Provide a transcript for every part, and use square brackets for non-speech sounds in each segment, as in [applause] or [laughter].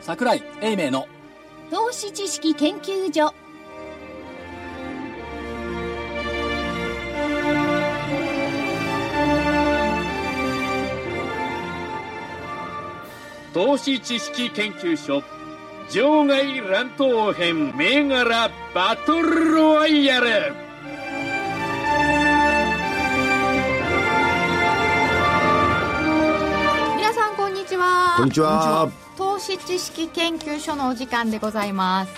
桜井英明の投資知識研究所投資知識研究所場外乱闘編銘柄バトルロワイヤル皆さんこんにちはこんにちは。投資知識研究所のお時間でございます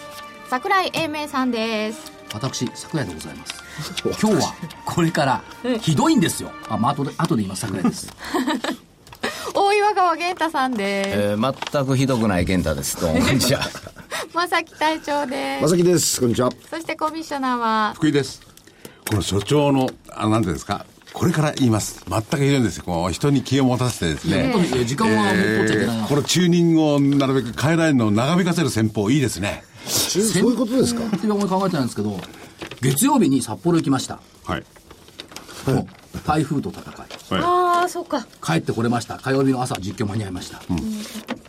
桜井英明さんです私桜井でございます今日はこれからひどいんですよあ、まあ、後で後で言います桜井です [laughs] 大岩川源太さんです、えー全くひどくない健太です。どうも、こんにちは。正木隊長でますさきです。こんにちは。そしてコミッショナーは福井です。この所長の、あ、なんていうんですか、これから言います。全くひどいんですよ。こう、人に気を持たせてですね。本当に時間はもう取っちゃいけないな、えーこのチューニングをなるべく変えないのを長引かせる戦法、いいですね。そういうことですか。って僕考えてないんですけど月曜日に札幌行きましたはい。もう台風と戦いああそうか帰ってこれました火曜日の朝実況間に合いました、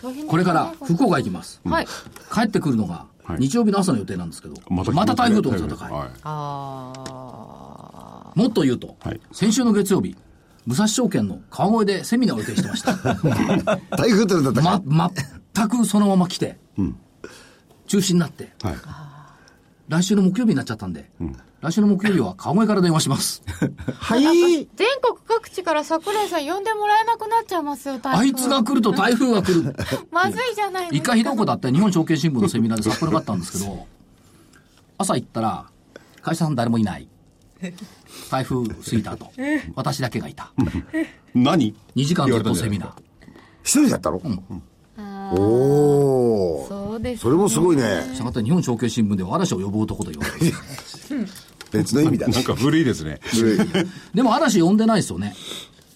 大変だこれから福岡行きます、はい帰ってくるのがはい日曜日の朝の予定なんですけど、また台風との戦い、はい。あもっと言うと、はい先週の月曜日武蔵証券の川越でセミナーを予定してま [laughs] した台風との戦い。ま、全くそのまま来て、中止になって、はい来週の木曜日になっちゃったんで、来週の木曜日は川越から電話します。はい。全国各地から桜井さん呼んでもらえなくなっちゃいますよ台風あいつが来ると台風が来る。まずいじゃないです一か回ひどいことあって、日本証券新聞のセミナーで札幌があったんですけど、朝行ったら、会社さん誰もいない。台風過ぎたと。私だけがいた。何2時間ずっとセミナー。一人だったの。おお。そうですそれもすごいね。したがって日本証券新聞では嵐を呼ぶ男と言われてます。別の意味だ。なんか古いですね。古いでも嵐呼んでないですよね。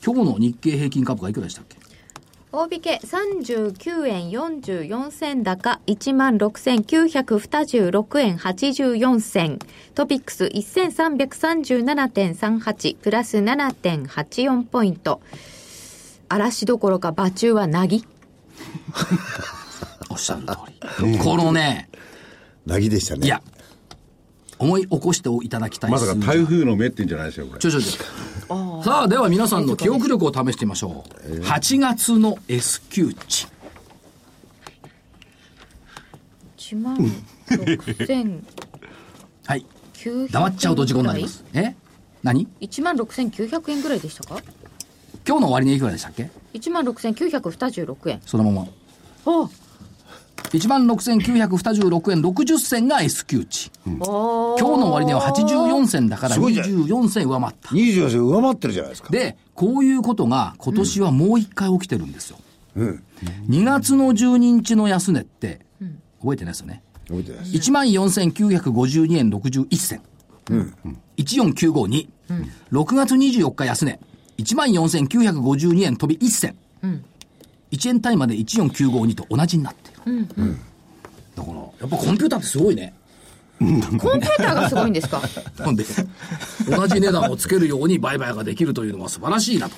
今日の日経平均株価いくらでしたっけ大引け39円44銭高16,926円84銭トピックス1337.38プラス7.84ポイント嵐どころか馬中はなぎおっしゃる通り。このね、なぎでしたね。いや、思い起こしていただきたいまさか数字台風の目ってんじゃないですよ、これち。ょちょちょ。さあ、では皆さんの記憶力を試してみましょう。8月の S q 値。 1万6900はい。黙っちゃうと事故になります。え何1万6900円ぐらいでしたか今日の終値いくらでしたっけ1万6926円そのまま。お16,926円60銭が S q 値。お今日の終値は84銭だからすごいじゃん24銭上回った。二十四歳上回ってるじゃないですか。で、こういうことが今年はもう一回起きてるんですよ。2月の12日の安値って、覚えてないですよね。覚えてないです。 14,952円61銭。14952。6月24日安値。14,952円飛び1銭。1円単位まで14952と同じになってる。だから、やっぱコンピューターってすごいね。コンピューターがすごいんですかなんで、同じ値段をつけるように売買ができるというのは素晴らしいなと。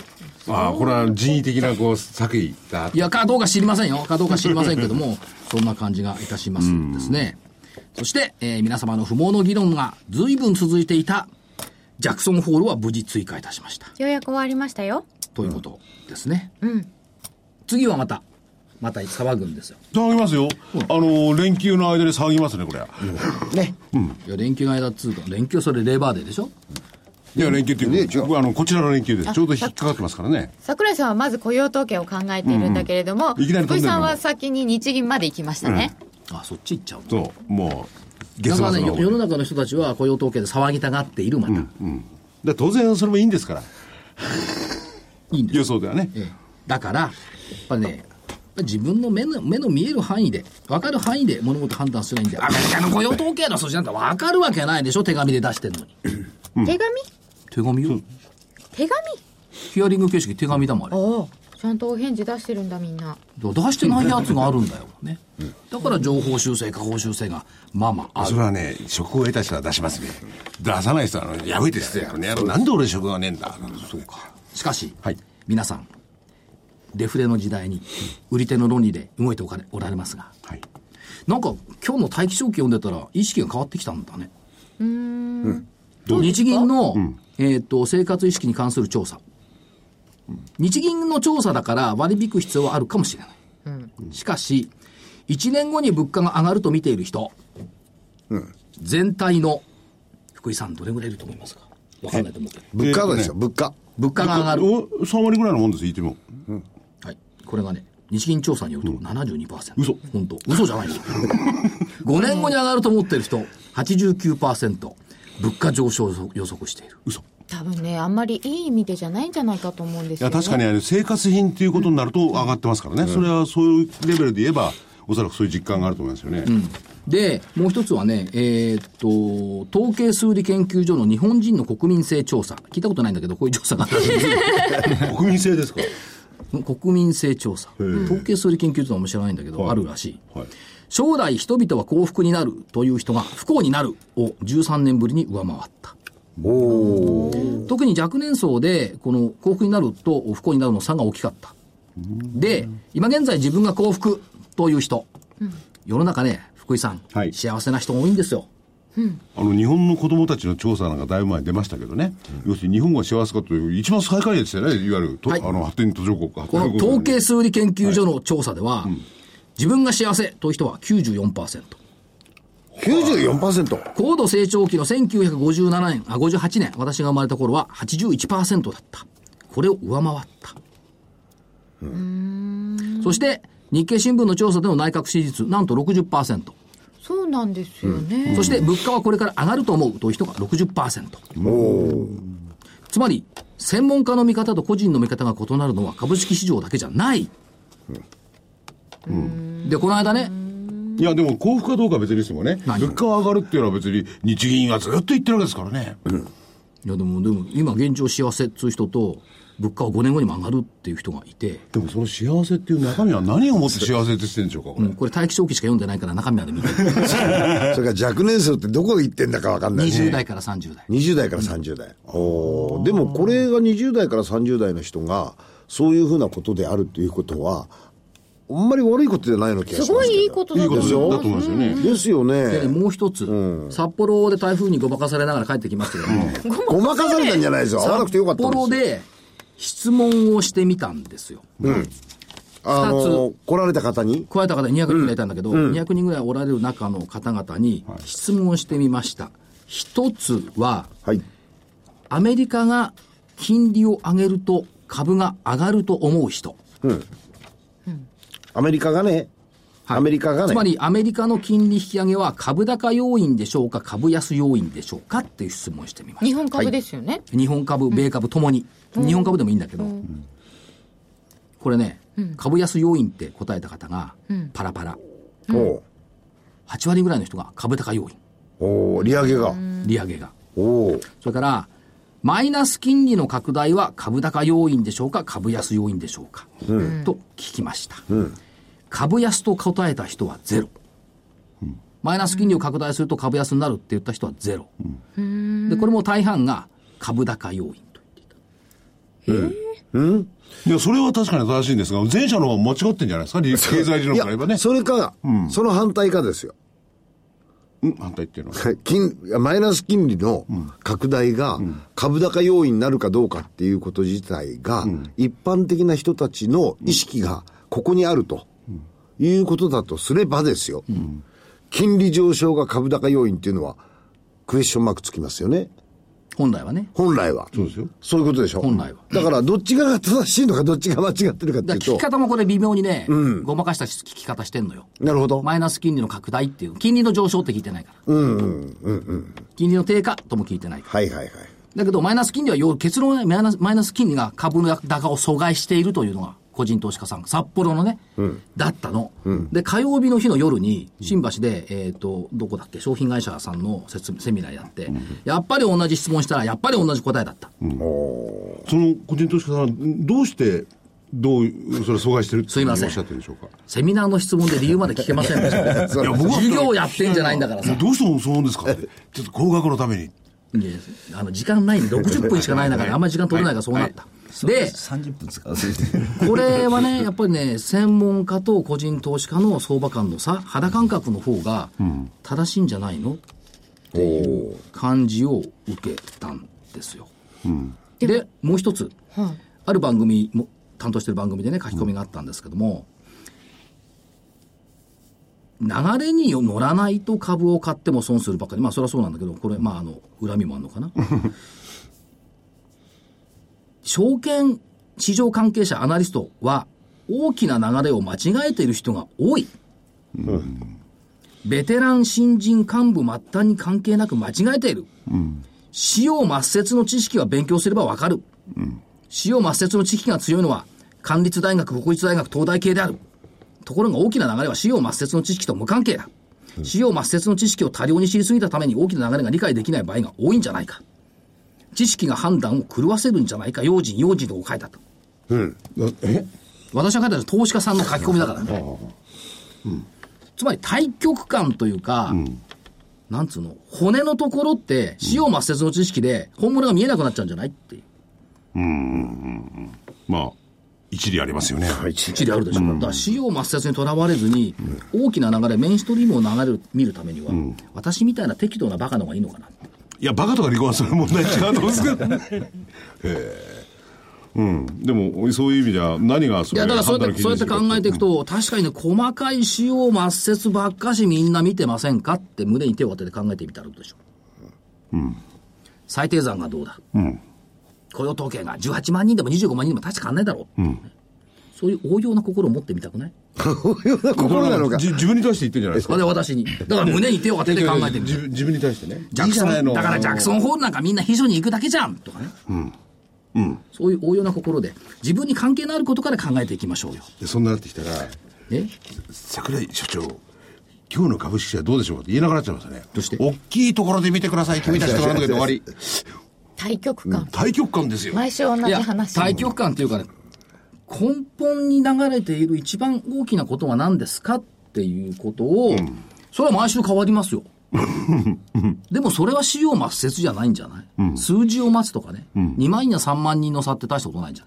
ああ、これは人為的な、こう、作為だい。や、かどうか知りませんよ。かどうか知りませんけども、そんな感じがいたしますですね。そして、えー皆様の不毛の議論が随分続いていた、ジャクソンホールは無事追加いたしました。ようやく終わりましたよということですね。次はまた、また騒ぐんですよ。騒ぎますよ。あの、連休の間で騒ぎますね、これは。いや、連休の間っつうか、連休それレーバーデーでしょいや、連休っていうね違か、う僕あの、こちらの連休です。ちょうど引っかかってますからね。桜井さんはまず雇用統計を考えているんだけれども、うんいきなり飛んでるの福井さんは先に日銀まで行きましたね、あ、そっち行っちゃうの。そう、もう、だ月から末ね、のよ方世ので。中の人たちは雇用統計で騒ぎたがっている、また。で当然、それもいいんですから。いいんです予想ではね。ええだから、やっぱりね、自分の目の目の見える範囲で、分かる範囲で物事判断すればいいんで、アメリカの雇用統計の数字なんて分かるわけないでしょ、手紙で出してんのに。手紙手紙よ。手紙ヒアリング形式、手紙だもん、あれ。おおちゃんとお返事出してるんだみんなだから出してないやつがあるんだよ。ね。だから情報修正、下方修正が、まあまああそる。れはね、職を得た人は出しますね。出さない人は、あのやめて捨てやろね。なんで俺職がねえんだ。そうか。しかし、はい皆さん、デフレの時代に、売り手の論理で動いておかれおられますが、はい。なんか今日の大気象記読んでたら、意識が変わってきたんだね。どうで日すか銀の、えー、と生活意識に関する調査、日銀の調査だから割り引く必要はあるかもしれない、しかし1年後に物価が上がると見ている人、全体の福井さんどれぐらいいると思いますかわかんないと思うけど物価がですよ、物価。物価が上がる、お3割ぐらいのもんです、言っても。はい、これがね日銀調査によると72%、嘘本当嘘じ [laughs] ゃないよ5年後に上がると思っている人89%物価上昇を予測している嘘。い多分ねあんまりいい意味でじゃないんじゃないかと思うんですよ、や、ね、確かにあの生活品っていうことになると上がってますからね。それはそういうレベルで言えば、おそらくそういう実感があると思いますよね。で、もう一つはね、えーっと、統計数理研究所の日本人の国民性調査。聞いたことないんだけど、こういう調査があ [laughs] [laughs] 国民性ですかる。国民性調査。統計数理研究所は面白ないんだけど、あるらしい。はい。将来人々は幸福になるという人が不幸になるを13年ぶりに上回った。特に若年層で、この幸福になると不幸になるの差が大きかった。で、今現在自分が幸福という人。世の中ね、福井さん、はい幸せな人多いんですよ。あの日本の子供たちの調査なんかだいぶ前に出ましたけどね、要するに日本が幸せかという、一番最下位ですよね、いわゆると、はいあの発展途上国発この展途上統国計数理研究所の調査では、自分が幸せという人は94%。 94%。高度成長期の1957年、あ、58年、私が生まれた頃は81%だった。これを上回った。そして、日経新聞の調査での内閣支持率、なんと60%。そうなんですよね、そして、物価はこれから上がると思うという人が60%。つまり、専門家の見方と個人の見方が異なるのは株式市場だけじゃない。で、この間ね、いや、でも幸福かどうかは別にしてもね、何物価が上がるっていうのは別に、日銀はずっと言ってるわけですからね、いやでも、でも、今現状幸せっつう人と、物価は5年後にも上がるっていう人がいて、でもその幸せっていう中身は何をもって幸せってしてるんでしょうか、これ、うんこれ大気象記しか読んでないから中身まで見てる。それから若年層ってどこ行ってんだかわかんないし20代から30代。 20代から30代。おーでもこれが20代から30代の人が、そういうふうなことであるっていうことは、あんまり悪いことじゃないの気がしますすけどごいいいことだいいとこと思だとでしょ思いますよね、ですよで、ね。もう一つ、札幌で台風にごまかされながら帰ってきましたけども、ごまかされたんじゃないですよ。合わなくてよかっ札たんですよ幌で質問をしてみたんですよ。あ二の、来られた方に、加えた方200人ぐらいいたんだけど、200人ぐらいおられる中の方々に質問をしてみました。一つは、はい。アメリカが金利を上げると株が上がると思う人。アメリカがね、はいアメリカがね、つまりアメリカの金利引き上げは株高要因でしょうか、株安要因でしょうかっていう質問をしてみまし日本株ですよね、た。日本株、米株ともに。日本株でもいいんだけど、これね、株安要因って答えた方が、パラパラ。おう8割ぐらいの人が株高要因、おう利上げが。利上げが。おうそれから、マイナス金利の拡大は株高要因でしょうか、株安要因でしょうか、と聞きました。株安と答えた人はゼロ。マイナス金利を拡大すると株安になるって言った人はゼロ。で、これも大半が株高要因と。いや、それは確かに正しいんですが、前者の方が間違ってんじゃないですか、理経済理論いから言えばねや、、それか、その反対かですよ。うん、反対っていうのは。金マイナス金利の拡大が株高要因になるかどうかっていうこと自体が、一般的な人たちの意識がここにあるということだとすればですよ、金利上昇が株高要因っていうのは、クエスチョンマークつきますよね、本来はね。本来は。そうですよそういうことでしょ。本来はだから、どっちが正しいのか、どっちが間違ってるかっていだうから聞きと、方もこれ微妙にね、ごまかした聞き方してんのよ。なるほど。マイナス金利の拡大っていう、金利の上昇って聞いてないから。金利の低下とも聞いてないから。はいはいはい。だけど、マイナス金利は要、結論はマイナス、マイナス金利が株の高を阻害しているというのが、個人投資家さん、札幌のね、だったの、で、火曜日の日の夜に、新橋で、えっ、と、どこだっけ、商品会社さんの説セミナーやって、やっぱり同じ質問したら、やっぱり同じ答えだった。その個人投資家さんは、どうして、どういう、それを阻害してるってすいませんおっしゃってるんでしょうか。セミナーの質問で理由まで聞けませんで [laughs] した。いや僕は授業をやってんじゃないんだからさどうしてもそう思うんですかってちょっと高額のために。いやあの時間ないんで、60分しかない中で、あんまり時間取れないからそうなった。で、 30分使わせて。これはね、やっ [laughs] ぱりね、専門家と個人投資家の相場感の差、肌感覚の方が正しいんじゃないのっていう感じを受けたんですよ。で、もう一つ、ある番組も、担当してる番組でね、書き込みがあったんですけども、流れに乗らないと株を買っても損するばっかり。まあ、それはそうなんだけど、これ、まあ、あの、恨みもあるのかな。 [laughs] 証券市場関係者、アナリストは、大きな流れを間違えている人が多い。ベテラン、新人、幹部、末端に関係なく間違えている。使用抹殺の知識は勉強すればわかる。使用抹殺の知識が強いのは、官立大学、国立大学、東大系である。ところが大きな流れは使用抹殺の知識と無関係だ。使用抹殺の知識を多量に知りすぎたために大きな流れが理解できない場合が多いんじゃないか。知識が判断を狂わせるんじゃないか、用心、用心とこう書いたと。私が書いたのは投資家さんの書き込みだからね。つまり対極感というか、なんつうの、骨のところって、使用抹殺の知識で本物が見えなくなっちゃうんじゃないっていう。まあ、一理ありますよね。一理あるでしょ。だから使用抹殺にとらわれずに、大きな流れ、メインストリームを流れる、見るためには、私みたいな適度なバカの方がいいのかな。いや、バカとか離婚はそれは問題違うと思うんですけど。 [laughs] へえうん。でも、そういう意味では、何がそいれや、だからそうや判っ断のて、基そう準やっにすてるか考えていくと、確かにね、細かい使用抹殺ばっかしみんな見てませんかって胸に手を当てて考えてみたらどうでしょう。最低算がどうだ。雇用統計が18万人でも25万人でも大して変わんないだろう。そういう応用な心を持ってみたくないような心なのかじ [laughs] 自分に対して言ってんじゃないですか我々私に。だから胸に手を当てて考えてみ自る。分自分に対してねジャいクソいじゃないン、のだからジャクソンホールなんかみんな秘書に行くだけじゃんとかね。そういう応用な心で、自分に関係のあることから考えていきましょうよ。でそんななってきたらね桜井所長今日の株式はどうでしょうかって言えなくなっちゃいましたねどうして大きいところで見てください君たちところの時で終わり対局感。大局観ですよ毎週同じいや話。対極感というかね、根本に流れている一番大きなことは何ですかっていうことを、それは毎週変わり [laughs] ますよ。でもそれは使用抹殺じゃないんじゃない、数字を待つとかね、2万人や3万人の差って大したことないんじゃ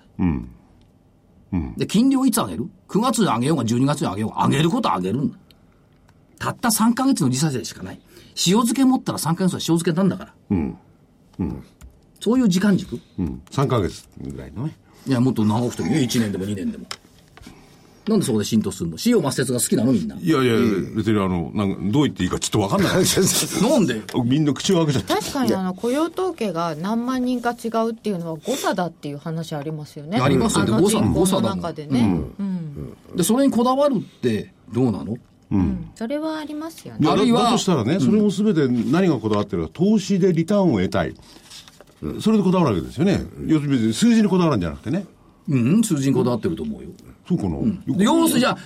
ない、で、金利をいつ上げる ?9 月に上げようが12月に上げようが、上げることは上げるんだ。たった3ヶ月の利差税しかない。塩漬け持ったら3ヶ月は塩漬けなんだから。そういう時間軸。 3ヶ月ぐらいのねいや、もっと長くてもいいよ、1年でも2年でも。なんでそこで浸透するの使用抹殺が好きなのみんな。いやいや、別にあの、なんか、どう言っていいかちょっとわかんない。 [laughs] なんでみんな口を開けちゃった。確かにあの雇用統計が何万人か違うっていうのは誤差だっていう話ありますよね。ありますよねあの誤差人誤口差のだもん中でね。うん。で、それにこだわるってどうなのうんそれはありますよね。あるいはだだとしたらね、それも全て何がこだわってるか、投資でリターンを得たい。それでこだわるわけですよね。要するに数字にこだわるんじゃなくてね。うん、数字にこだわってると思うよ。そうかな。で要するにじゃあ、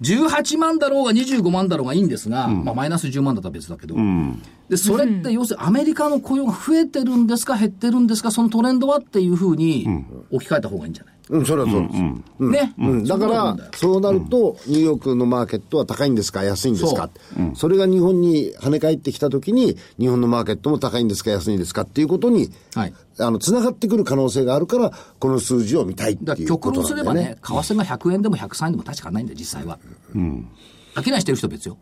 18万だろうが25万だろうがいいんですが、まあマイナス10万だったら別だけど、で、それって要するにアメリカの雇用が増えてるんですか減ってるんですかそのトレンドはっていうふうに置き換えた方がいいんじゃない、うん、それはそうです。ね、うん、だかそんなもんらだよ、そうなると、ニューヨークのマーケットは高いんですか、安いんですか、それが日本に跳ね返ってきたときに、日本のマーケットも高いんですか、安いんですかっていうことに、はいあの、つながってくる可能性があるから、この数字を見たいってだかいらうこ極と論すなんだれよばねね。、為替が100円でも103円でも確かないんだよ、実際は。商いしてる人は別よ。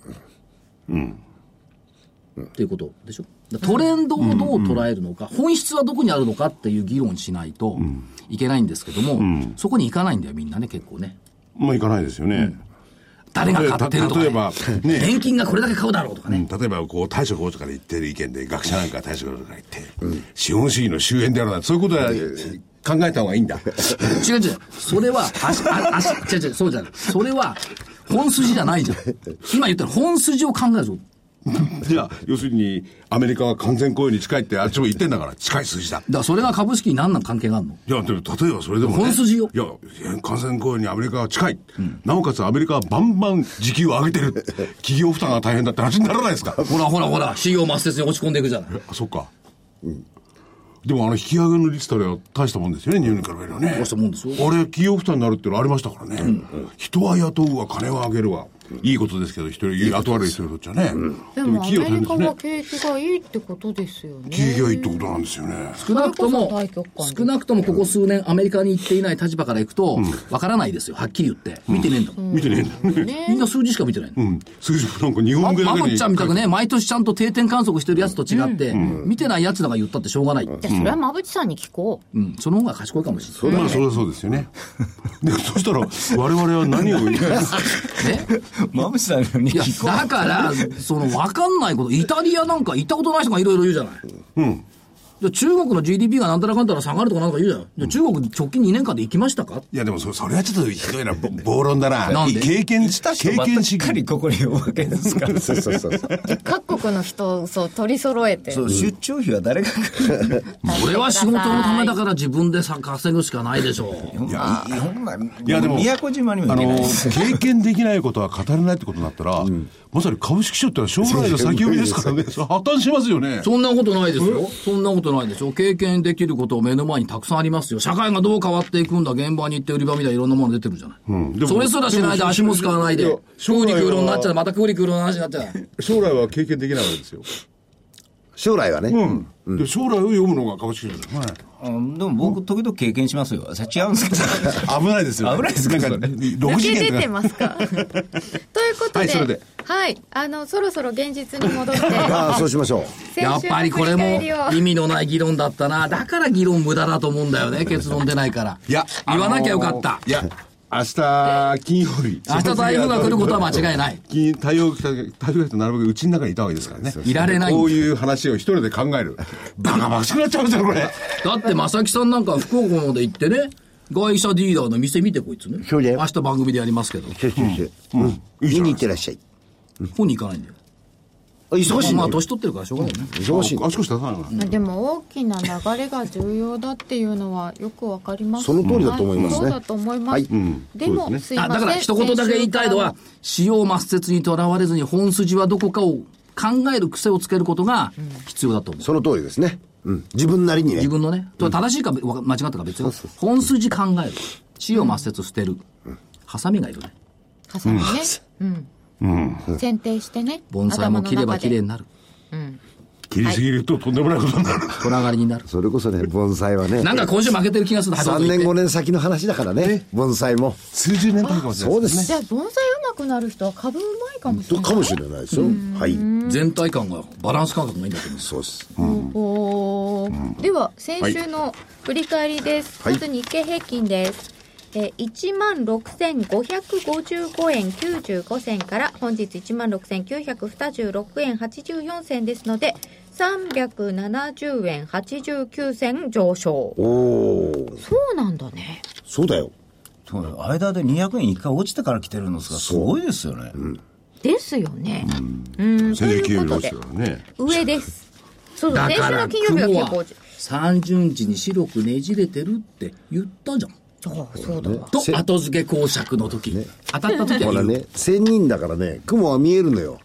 っていうことでしょ。だからトレンドをどう捉えるのか、本質はどこにあるのかっていう議論しないといけないんですけども、そこに行かないんだよ、みんなね、結構ね。まあ、いかないですよね。誰が買ってるとか、ね。例えばね年金がこれだけ買うだろうとかね。例えば、こう、大将講とかで言ってる意見で、学者なんか大将講とかで言って、資本主義の終焉であるな、そういうことは考えた方がい [laughs] いんだ。違う違う。それは、足、あ足、違う違う、そうじゃない。それは、本筋じゃないじゃん。今言ったら本筋を考えるぞ。じゃあ、要するに、アメリカは完全雇用に近いって、あっちも言ってんだから、近い数字だ。だからそれが株式に何なん関係があるのいや、でも、例えばそれでも、ね。本筋よいや、感染公園にアメリカは近い。なおかつアメリカはバンバン時給を上げてる。企業負担が大変だって話にならないですかほらほらほら、信用抹殺に落ち込んでいくじゃない。あ、そっか。でもあの引き上げの率たりは大したもんですよね、日本に比べるとね。大したもんですよあれ、企業負担になるっていうのありましたからね。人は雇うわ、金は上げるわ。いいことですけど、一人、後悪い人にとっちゃね。でももア企業メ大変リでカすねは。景気がいいってことですよね。企業いいってことなんですよね。少なくともそれこそ大局観、少なくともここ数年アメリカに行っていない立場からいくと、わからないですよ。はっきり言って。見てねえんだもん。見てねえんだ。みんな数字しか見てないの。うん。数字もなんか日本語だマけマに。ちゃんみたくね、毎年ちゃんと定点観測してるやつと違って、見てないやつらが言ったってしょうがない。じゃあそれは馬淵さんに聞こう。うん、その方が賢いかもしれない。まあ、それはそうですよね。で、そしたら、我々は何を言いたいですかねマムシさんにいや聞、こだから、その、わかんないこと、イタリアなんか行ったことない人がいろいろ言うじゃない。うん。中国の GDP がなんたらかんたら下がるとかなんか言うじゃん。で中国直近2年間で行きましたか [laughs] いや、でもそ、それはちょっとひどいな、ぼ暴論だな。なんで経験う。した経経験験ししっかりここにおわけですから。そうそうそうそう。各国の人をそう取り揃えてそう、出張費は誰が来る俺は仕事のためだから自分でさ稼ぐしかないでしょう。いや、いほんま、いいやでも宮古島にもあ行けないのです。経験できないことは語れないってことになったら、まさに株式市場ってのは将来の先読みですからね、それ破綻しますよね。そんなことないですよ。そんなことないでしょ。経験できることを目の前にたくさんありますよ。社会がどう変わっていくんだ、現場に行って売り場みたいないろんなもの出てるじゃない。んでもそれすらしないで足も使わないででも、食うに食うろになっちゃう、将来はまた食うに食うろの話になっちゃう。将来は経験できないわけですよ。将来はね。で将来を読むのが株式市場、うんでも僕、時々経験しますよ。それ違うんですけど。危ないですよ、ね。危ないですかなんか、それ6抜次元とけ出てか。ますかということで、はいそれではいあの、そろそろ現実に戻って、ああ、そうしまし [laughs] ょう。やっぱりこれも意味のない議論だったな。だから議論無駄だと思うんだよね。結論出ないから。いや、言わなきゃよかっあたの。ーいや、明日、金曜日。明日台風が来ることは間違いない。金太陽来た台風が来たなるべくうちの中にいた方がいいですからね。いられないんだこういう話を一人で考える。バカバカしくなっちゃうんですよ、これ。だって正木さんなんか福岡まで行ってね、外車ディーラーの店見てこいつね。そうだよ明日番組でやりますけど。こシュシュシュ。うん。見に行ってらっしゃい。こに行かないんだよ。あ忙しいまあの年取ってるからしょうがないよね。忙しいの足腰出さないな。でも大きな流れが重要だっていうのはよくわかりますその通りだと思いますはねそうだと思います、はいでも、すいまあせだんから一言だけ言いたいのは、使用抹殺にとらわれずに本筋はどこかを考える癖をつけることが必要だと思う。その通りですね。うん。自分なりにね自。分のね、正しいかわ間違ったか別よ。本筋考える。使用抹殺捨てる。ハサミがいるね。重ねね、うん剪定してね盆栽も切れば綺麗頭の中でになる。切りすぎるととんでもないことになる。虎狩りになる。それこそね、 [laughs] 盆栽はね。なんか今週負けてる気がする。 3年5年先の話だからね、盆栽も。数十年経つかもしれないそうでですね。すじゃあ盆栽うまくなる人は株うまいかもしれなといかもしれないですよ。はい。全体感が、バランス感覚がいいんだと思う。そうです。おーでは先週の振り返りです、はいまず日経平均です、えー、1万6555円95銭から本日1万6926円84銭ですので370円89銭上昇おお、そうなんだねそうだよ。そう間で200円一回落ちてから来てるんですが、すごいですよね。ですよねうんと先生い給う料ことですでよね。上ですそうそうだ先か週らの金曜日雲はは結30日に白くねじれてるって言ったじゃん。構あそうだわと、後付け公爵の時。当たった時ほはら言う。ね、千人だからね、雲は見えるのよ。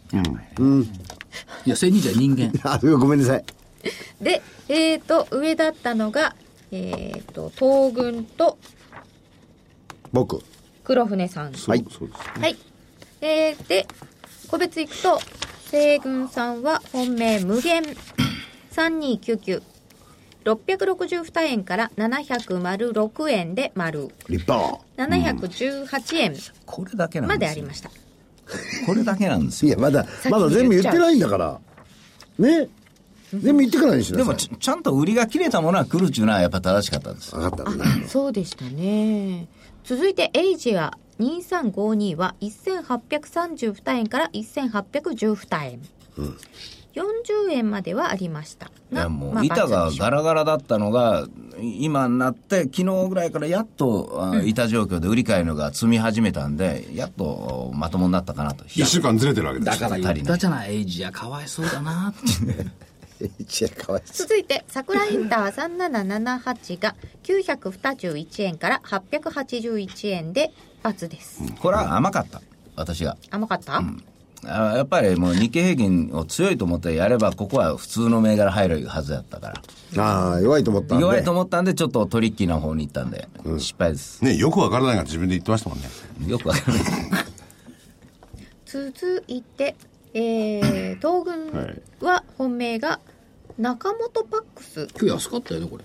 いや、千人じゃ人 [laughs] 間。あ、ごめんなさい。で、えー、と、上だったのが、えー、と、東軍と僕。黒船さん。はい。はい。えー、で、個別行くと、西軍さんは本命無 [coughs] 限3299。662円から706円で丸。立派。 718円これだけなまんでであすりよま。した。これだけなんですいよ。や、まだ、にまだ全部言ってないんだから。ね。全部言ってからにしでなもさい。ち、ちゃんと売りが切れたものは来るっていうのはやっぱ正しかったんです。分かった。そうでしたね。続いて、エイジア2352は1832円から1812円。40円まではありましたいが。やもまあう板がガバツラガラだったのが、い今になって、昨日ぐらいからやっと、あ板状況で売り買いのが積み始めたんで、やっとまともになったかなと。一週間ずれてるわけでだすよから言ったじゃない、エイジア、かわいそうだなって。いや、かわいそ続いて、桜インター3778が921円から881円で×です。これは甘かった、私が。甘かった、あやっぱりもう日経平均を強いと思ってやれば、ここは普通の銘柄入るはずやったかう。ああ、弱いと思ったんら。で。弱いと思ったんで、ちょっとトリッキーな方に行ったんで、失敗です。ね、よくわからないが自分で言ってましたもんね。よくわからない。続いて、えー、東軍は本命が中本パックス今日安かったよね、これ。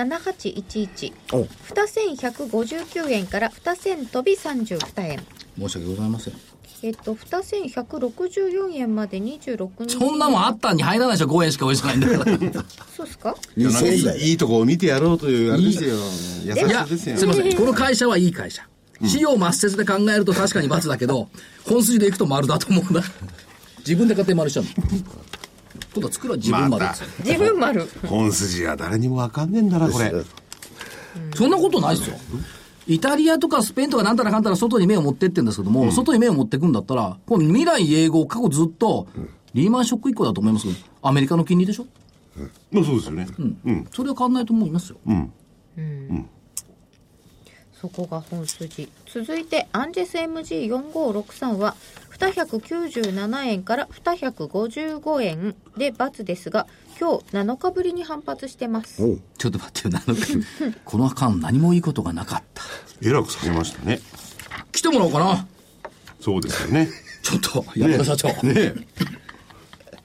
7811お2159円から2000飛び32円申し訳ございません。えっと2164円まで26人そんなもんあったに入らないでしょ、5円しか美味しくないんだから。 [laughs] そうっすかいやなんかい2000いいいとこを見てやろうというあれですよ。優しいやさ、ですすよ。いません。この会社はいい会社。費用抹殺で考えると確かに罰だけど、本筋でいくと丸だと思うな。自分で勝手に丸しちゃうの。今度は作るは自分までですよ、自分丸本筋は誰にもわかんねえんだな、これ。そんなことないですよ。イタリアとかスペインとかなんたらかんたら外に目を持ってってんですけども、外に目を持ってくんだったら、この未来英語過去ずっと、リーマンショック以降だと思いますけど、アメリカの金利でしょまあそうですよね。うん。それは変わんないと思いますよ。そこが本筋続いてアンジェス MG4563 は297円から255円で×ですが今日7日ぶりに反発してますおうちょっと待ってよ、なの [laughs] この間何もいいことがなかった。えらく下げましたね。来てもらおうかな。そうですよ [laughs] ね。ちょっと、山田社長。ねえ。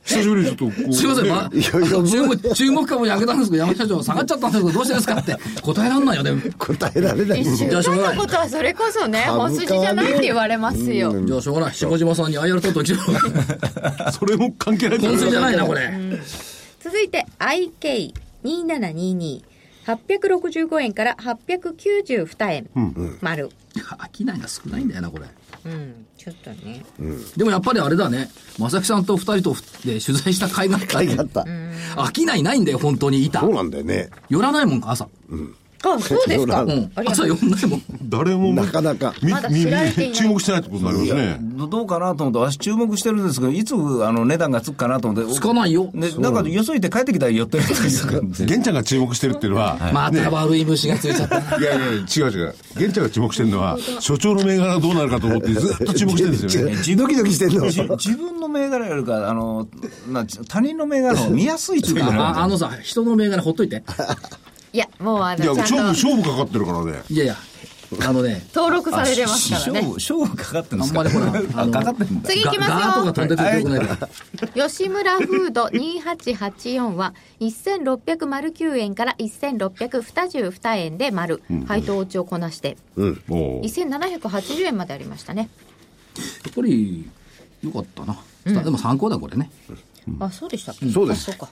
久しぶりにちょっとこう。すいません、ま、いやいや中国、中国株に上げたんですけど、山田社長下がっちゃったんですけど、どうしてですかって答えらんないよね。答えられない。じゃあしょうがのないこ。とはそれこそね株価はね本筋じゃないって言われますよ、じゃあしょうがない。下島さんに IR 取っておきましょう。 [laughs] それも関係ない本筋じゃないな、これ。続いて IK2722 865円から892円、丸 [laughs] 飽きないが少ないんだよな、これ。うんちょっとねでもやっぱりあれだね。正木さんと二人とで取材した甲斐があったね、買いがあった。飽きないないんだよ、本当に、板そ。うなんだよね。寄らないもんか、朝。あそうです [laughs] か、ううんあり。が朝とう寄んないもん。誰もなかなか。みまだ知られていないみ注目してないってことになりますね。どどうかなと思って、私注目してるんですけど、いつあの値段がつくかなと思って。つかないよ。ね、なんか、よそいて帰ってきたら寄ってるんですか玄ちゃんが注目してるっていうのは、また悪い虫がついちゃ [laughs] ったな。いやいや、違う違う。玄ちゃんが注目してるのは、所長の銘柄どうなるかと思ってずっと注目してるんですよね。違うドキドキしてんの。じ自分の銘柄よりか、あの、な他人の銘柄の方が見やすいっていうかああな。のさ、人の銘柄ほっといて。いやもう [laughs] あいや、のちゃん勝負、と勝負かかってるからね。いやいや、あのね、登録されてますから勝ね負、勝負かかってるんですかあんまりほら [laughs] ああのかかってんだ。次行きガーとますかよ飛んでくるとよくないから。吉村フード2884は1609円から1622円で丸、配当落ちをこなしておう1780円までありましたね、やっぱり、よかったな。でも参考だ、これね。あそうでしたっけそうですあそうか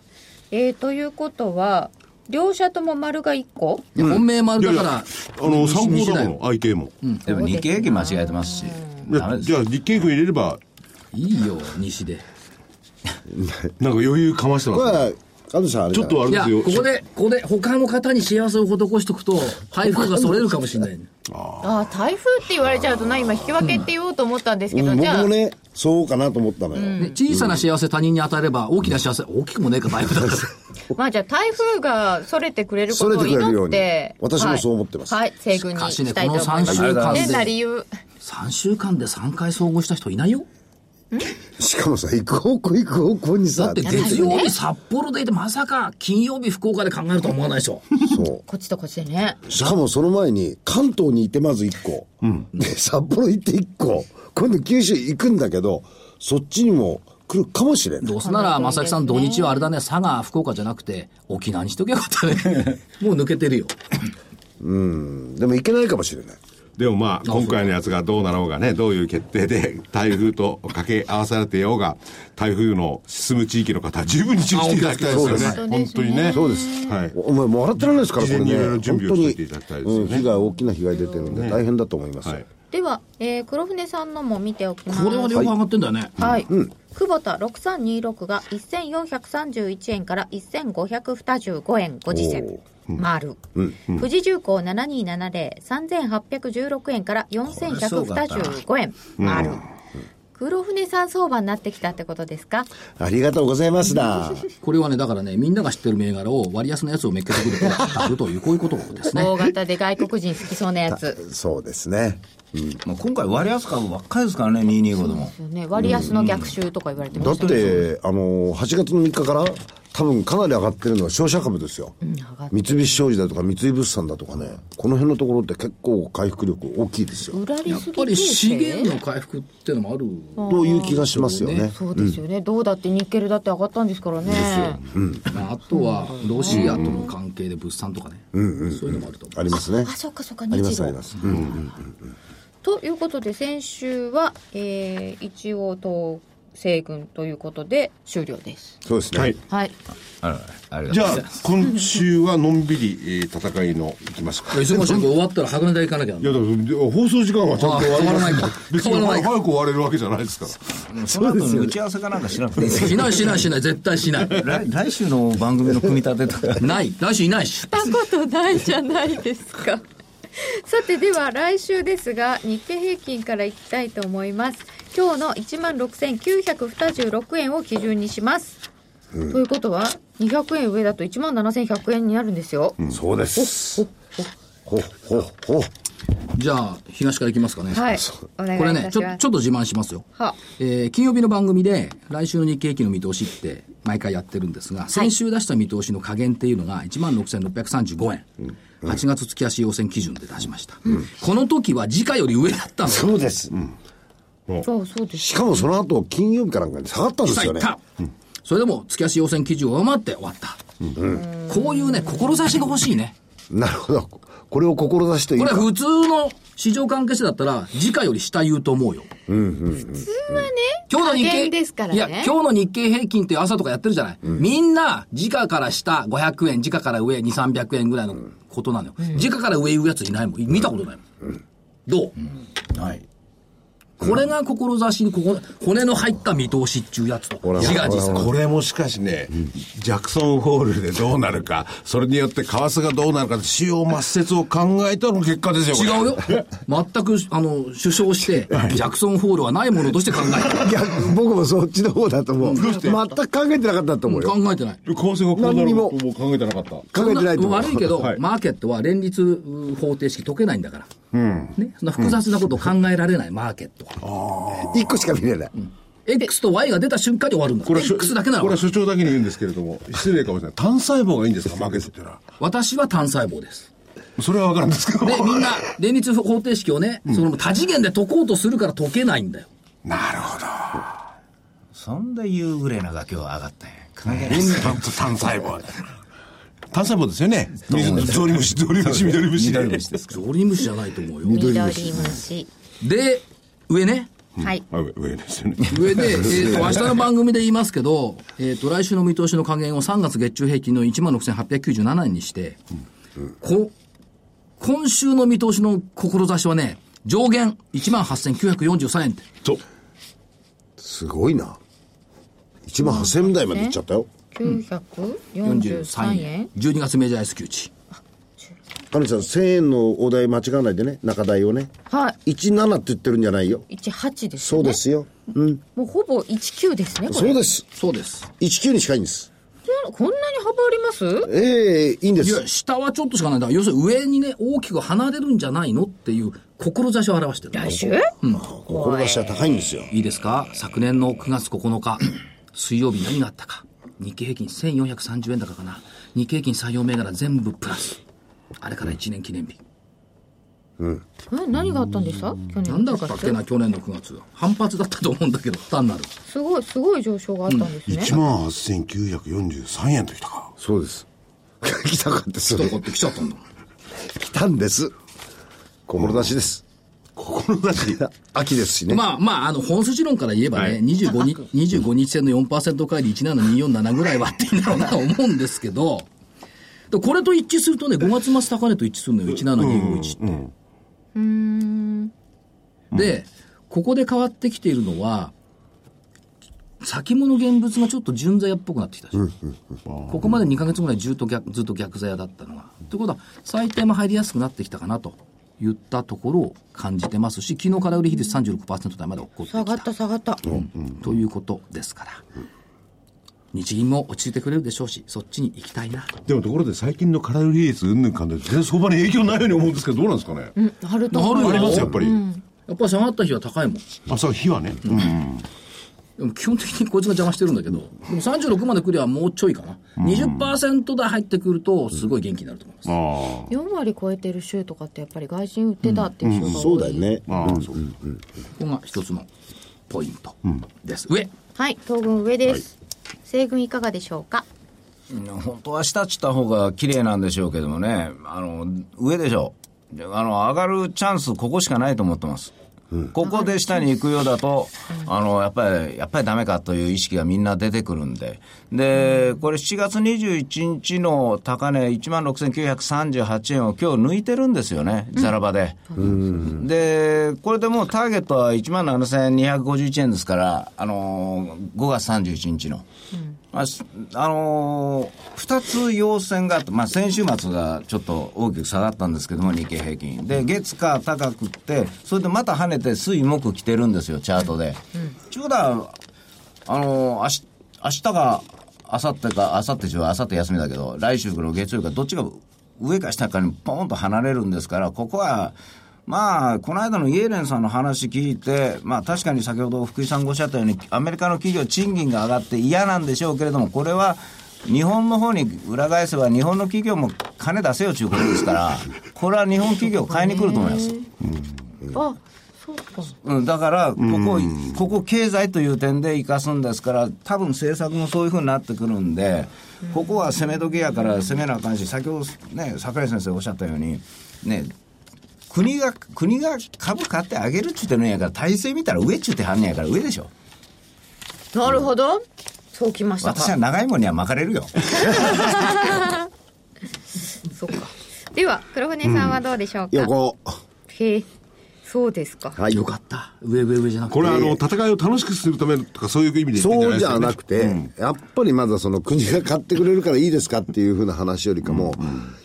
えー、ということは両者とも丸が1個いや本命丸いやだいかやら、、あの、参考西だだもの、よ。 IK も。でも日経平均間違えてますし。いやダメですじゃあ、日経君入れれば、いいよ、西で。なんか余裕かましてこれますね。は、カズさんあれちだょっとあれいでや、すよ。ここで、ここで、他の方に幸せを施しておくと、台風がそれるかもしれない、ね。ああ台風って言われちゃうとな今引き分けって言おうと思ったんですけうど、んじ僕ゃあもね、そうかなと思ったのよ。ね小さな幸せ他人に与えれば、大きな幸せ、大きくもねえか、台風だから。まあじゃあ台風がそれてくれることをそれてくれるよ祈うっにて私もそう思ってますはい、はい、西軍に行きたいと思いましかすしねこの三週間でねな理由3週間で3回遭遇した人いないよ。しかもさ、行く方向行く方向にださっ、て月曜日札幌でいて、まさか金曜日福岡で考えるとは思わないでしょ。そこっちとこっちでねう。しかもその前に、関東に行ってまず1個。で札幌行って1個。今度九州行くんだけど、そっちにも来るかもしれな [laughs] いど。うせなら、まさきさん土日はあれだね、佐賀、福岡じゃなくて、沖縄にしとけばよかったね。 [laughs] もう抜けてるよ。でも行けないかもしれない。でもまあ、今回のやつがどうなろうがね、どういう決定で台風と掛け合わされてようが、台風の進む地域の方は十分に注意していただきたいですよね。本当にね。そうです。はい。おお前もう笑ってられないですから、こ事れ前にね。いろいろ準備をしといていただきたいですよね本当にうん被害、大きな被害出てるんで、大変だと思います。はいでは、えー、黒船さんのも見ておきますこれは両方上がってんだよね。はい、久保田6326が1431円から1525円50銭丸、富士重工72703816円から4125円丸、黒船さん相場になってきたってことですかありがとうございます [laughs] だ。これはね、だからね、みんなが知ってる銘柄を割安なやつをめっけてくると、あると [laughs] いう、こういうことですね。大型で外国人好きそうな [laughs] やつそうですね。まあ今回割安株ばっかりですからね、225でも。ね割安の逆襲とか言われてまだっしたねて、あの、8月の3日から多分かなり上がってるのは商社株ですよ。三菱商事だとか三井物産だとかね、この辺のところって結構回復力大きいですよ。売られやっすぎぱり資形源成の回復っていうのもある。という気がしますよね。そうですよね、どうだってニッケルだって上がったんですからねまあ、あとは、ロシアとの関係で物産とかね。そういうのもあると思ありますね。あそっかそっかありま日すあり露ます。うんということで先週は、えー一応統制軍ということで終了ですそうですね。はい。はいあらありがじとうごゃざあいます、今週はのんびり、えー戦いのいきますか。う。忙しいけど終わったら箱根台行かなきゃいや、だから放送時間はちゃんと終わりまあす変わらな別いか変わらなにい早く終われるわけじゃないですから。その後に打ち合わせかなんかしなくていいですしないしないしない、絶対しない。来来週の番組の組み立てとか [laughs] ない。来週いないし。たことないじゃないですか [laughs] さてでは来週ですが日経平均からいきたいと思います今日の1万6926円を基準にします、ということは200円上だと1万7100円になるんですよ、そうです。ほほほ。じゃあ、東から行きますかね。はいお願いいこれたしねま、すちょ、ちょっと自慢しますよ。はえー金曜日の番組で、来週の日経平均の見通しって、毎回やってるんですが、先週出した見通しの加減っていうのが、16,635円。8月月足要線基準で出しました。この時は時価より上だったのよ。そうです。そうそうですしかもその後、金曜日かなんかに下がったんでさあす行よっね。た。それでも、月足要線基準を上回って終わった。こういうね、志が欲しいね。なるほど。これを志というこれかは。普通の市場関係者だったら、時価より下言うと思うよ。普通はね、今日の日加経減ですからねいや、今日の日経平均って朝とかやってるじゃない。みんな、時価から下500円、時価から上2、300円ぐらいのことなのよ。時価から上言うやついないもん。見たことないもん。どうはいこれが志に、ここ、骨の入った見通しっちゅうやつと。ら自画自賛。これもしかしね、ジャクソンホールでどうなるか、それによって為替がどうなるか、主要抹殺を考えたの結果ですよ、こ違れうよ。全く、あの、首相して、ジャクソンホールはないものとして考え [laughs] た。いや、僕もそっちの方だと思う。全く考えてなかったと思うよ。考えてない。為替がこうなることも考えてなかった。考えてないと思う。悪いけど、はいマーケットは連立う方程式解けないんだから。ね、そんな複雑なことを考えられない、マーケットは。 [laughs] 一個しか見れない。 X と Y が出た瞬間に終わるんだ。これは所 X だけなこれらは所長だけに言うんですけれども、失礼かもしれない。単細胞がいいんですか、マーケットっていうのは。私は単細胞です。それはわかるんですけど。で、みんな、連立方程式をね、その多次元で解こうとするから解けないんだよ。なるほど。そんで夕暮れのが今日上がったんや考えちゃんと単細胞。単細胞ですよね。水ゾリムシ、ゾリムシ、緑虫。緑虫ですゾリムシじゃないと思うよ。緑虫で、上ね。はいあ上上ですよね。上で、えーと、明日の番組で言いますけど、えっ、と、来週の見通しの加減を3月月中平均の16,897円にして、こ、今週の見通しの志はね、上限18,943円って。そう。すごいな。1万8000台まで行っちゃったよ。 43 943円円。12月メジャー S q 値。かのちゃん、1000円のお題間違わないでね、中台をね。は17って言ってるんじゃないよ。い18ですそうよねですよ。うん。もうほぼ19ですねこそうれです。そうです。 19に近いんです。こんなに幅ありますええいいんでいす。や、下はちょっとしかないんだ。要するに上にね、大きく離れるんじゃないのっていう、志を表してる。来週志は高いんですよ。いいですか昨年の9月9日、 [clears throat] 水曜日何があったか。日経平均1430円高かな。日経平均採用銘柄全部プラス。あれから1年記念日。え何があったんでした去年なんだったっけな、去年の9月。反発だったと思うんだけど、単なる。すごいすごい上昇があったんですね、 1万8943円ときたか。そうです。来たかった、そどれこ。って来ちゃったんだもん。来たんです。志です。志。 [laughs] 秋ですしね。 [laughs] まあまあ、あの、本筋論から言えばね、25日、25日線の4%返り17247ぐらいはっていいんだろうなと思うんですけど、でこれと一致するとね、5月末高値と一致するのよ、17251って。で、ここで変わってきているのは、先物現物がちょっと純在屋っぽくなってきたでしょここまで2ヶ月ぐらいずっと逆ずっと逆座屋だったのが。ということは、最低も入りやすくなってきたかなと言ったところを感じてますし、昨日から売り比率36%台まで起こって下がきった下がった、たということですから、日銀も落ち着いてくれるでしょうし、そっちに行きたいな。でもところで最近の空売り率うんぬんかんで全然相場に影響ないように思うんですけど、どうなんですかね。なるなるありますよややっっぱり。ぱり下がった日は高いもん。あ、そう、日はね。うん。でも基本的にこいつが邪魔してるんだけど、でも36まで来りゃもうちょいかな。20%台入ってくると、すごい元気になると思います。あ4割超えてる州とかってやっぱり外人売ってたっていう人が多い、そうだよね。あ、ああ、そこう。こが一つのポイントです。上はい東軍上です、西軍いかがでしょうか本当は下散った方が綺麗なんでしょうけどもね、あの上でしょであの、上がるチャンス、ここしかないと思ってます。ここで下に行くようだと、あの、やっぱり、やっぱりダメかという意識がみんな出てくるんで。で、これ7月21日の高値16,938円を今日抜いてるんですよね、ザラバで。で、これでもうターゲットは17,251円ですから、あの、5月31日の。まあすあのー、2つ要線があって、まあ、先週末がちょっと大きく下がったんですけども、日経平均。で、月火高くって、それでまた跳ねて水木来てるんですよ、チャートで。ちょうどは、あのー、あし明日が、明後日か、明後日中は明後日休みだけど、来週の月曜日か、どっちが上か下かにポンと離れるんですから、ここは、まあ、この間のイエレンさんの話聞いて、まあ確かに先ほど福井さんがおっしゃったように、アメリカの企業、賃金が上がって嫌なんでしょうけれども、これは日本の方に裏返せば、日本の企業も金出せよということですから、これは日本企業、買いに来ると思います。あそうかうん、だからここ、ここ経済という点で生かすんですから、多分政策もそういうふうになってくるんで、ここは攻め時やから攻めなあかんし、先ほどね、櫻井先生おっしゃったように、ね、国が、国が株買ってあげるっちゅうてんやから、体制見たら上っちゅうてはんねやから上でしょ。なるほど、そうきました私はか長いもんには巻かれるよ。そうかでは黒船さんはどうでしょうか、横。へえそうですかはい。よかった。上上上じゃなくて。これはあの、戦いを楽しくするためとか、そういう意味で言ってんそうじゃよねなくて、やっぱりまだその国が買ってくれるからいいですかっていうふうな話よりかも、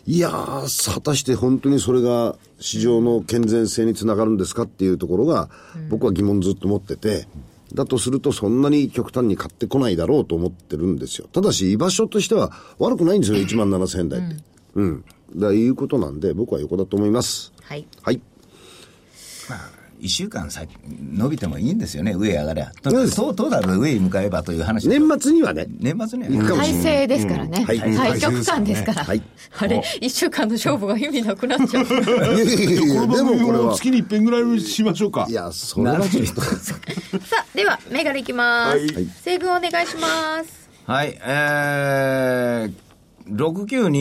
いやー、果たして本当にそれが市場の健全性につながるんですかっていうところが、僕は疑問ずっと持ってて、だとするとそんなに極端に買ってこないだろうと思ってるんですよ。ただし居場所としては悪くないんですよ、1万7000円台って。うん。だからいうことなんで、僕は横だと思います。はいはい。 1週間先、伸びてもいいんですよね、上へ上がれば。そうですそう、トータルで上へ向かえばという話年末にはね、年末には行くかもしれない。体制ですからね、はい最極端ですから、はいあれ一週間の勝負が意味なくなっちゃう [laughs] いやいやいや [laughs] いや、でもこれは。月に一遍ぐらいしましょうかい。や、それはちょっと。さあでは銘柄いきます、西軍お願いしますはい、えー、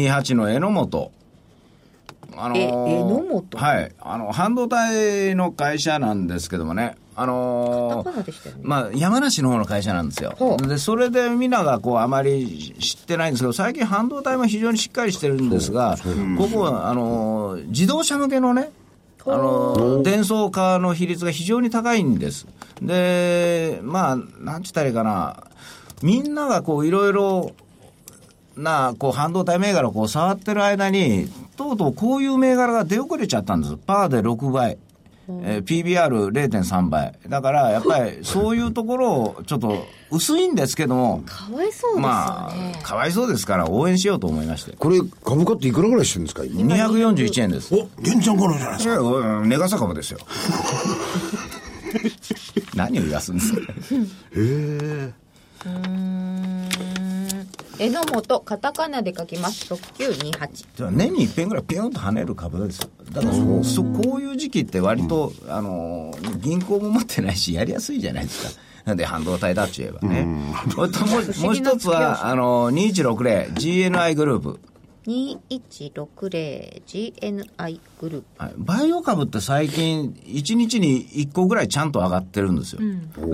6928の榎本。あのーえ榎本はい。あの、半導体の会社なんですけどもね。あのカータカナでしたよねまあ、山梨の方の会社なんですよほ。うで、それで皆がこう、あまり知ってないんですけど、最近半導体も非常にしっかりしてるんですが、ここは、あのー自動車向けのね、あの伝送化の比率が非常に高いんです。で、まあ、なんちったらいいかな、みんながこう、いろいろな、こう、半導体銘柄をこう触ってる間に、とうとうこういう銘柄が出遅れちゃったんです。パーで6倍。えー PBR0.3 倍。だから、やっぱ [laughs] り、そういうところを、ちょっと、薄いんですけども、かわいそうですよね、まあ、かわいそうですから、応援しようと思いまして。これ、株価っていくらぐらいしてるんですか、今。 241円です。お、玄ちゃんこのじゃないですか。うんネガサカもですよ [laughs] 何を言わすんですか榎本カタカナで書きます6928じゃあ年に一遍ぐらいピュンと跳ねる株ですよだからそそこういう時期って割と、あのー銀行も持ってないしやりやすいじゃないですかなんで半導体だっちゅえばねもうともうもう一つはあのー 2160GNI グループ2160 GNI グループはいバイオ株って最近、1日に1個ぐらいちゃんと上がってるんですよ。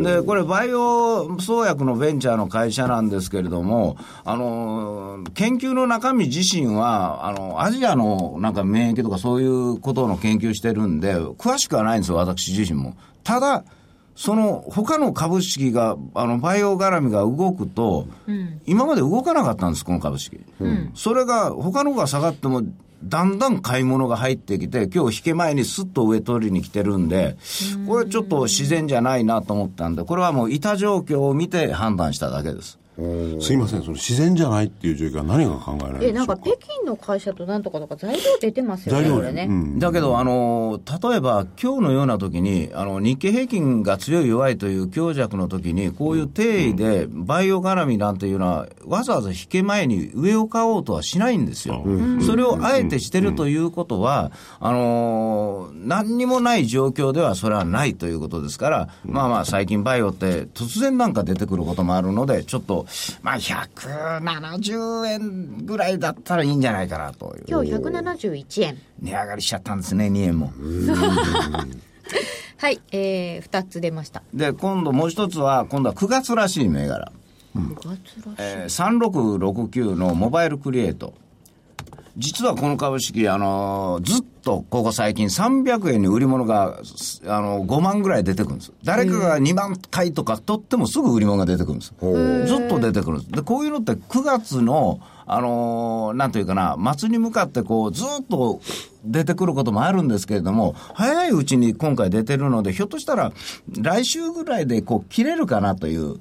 で、これ、バイオ創薬のベンチャーの会社なんですけれども、あの、研究の中身自身は、あの、アジアのなんか免疫とかそういうことの研究してるんで、詳しくはないんですよ、私自身も。ただ、その他の株式が、あのバイオ絡みが動くと、今まで動かなかったんです、この株式。それが、他のが下がっても、だんだん買い物が入ってきて、今日引け前にすっと上取りに来てるんで、これちょっと自然じゃないなと思ったんで、これはもう板状況を見て判断しただけです。すいません、その自然じゃないっていう状況は何が考えられるんでえしょなうんかか北京の会社となんとかとか材料出てますよ材ね料これね、うんだけど、あの、例えば、今日のような時に、あの、日経平均が強い弱いという強弱の時に、こういう定位で、バイオ絡みなんていうのは、わざわざ引け前に上を買おうとはしないんですよ。それをあえてしてるということは、あの、何にもない状況ではそれはないということですから、まあまあ、最近バイオって突然なんか出てくることもあるので、ちょっと、まあ、170円ぐらいだったらいいんじゃないかなという。今日171円値上がりしちゃったんですね、2円も。はい、えー、2つ出ましたで、今度もう一つは、今度は9月らしい銘柄。えー3669のモバイルクリエイト。実はこの株式、あのーずっとここ最近300円に売り物が、すあのー5万ぐらい出てくるんです。誰かが2万回とか取ってもすぐ売り物が出てくるんです。ずっと出てくるんです。で、こういうのって9月の、あのーなんというかな、末に向かってこう、ずっと出てくることもあるんですけれども、早いうちに今回出てるので、ひょっとしたら来週ぐらいでこう、切れるかなという。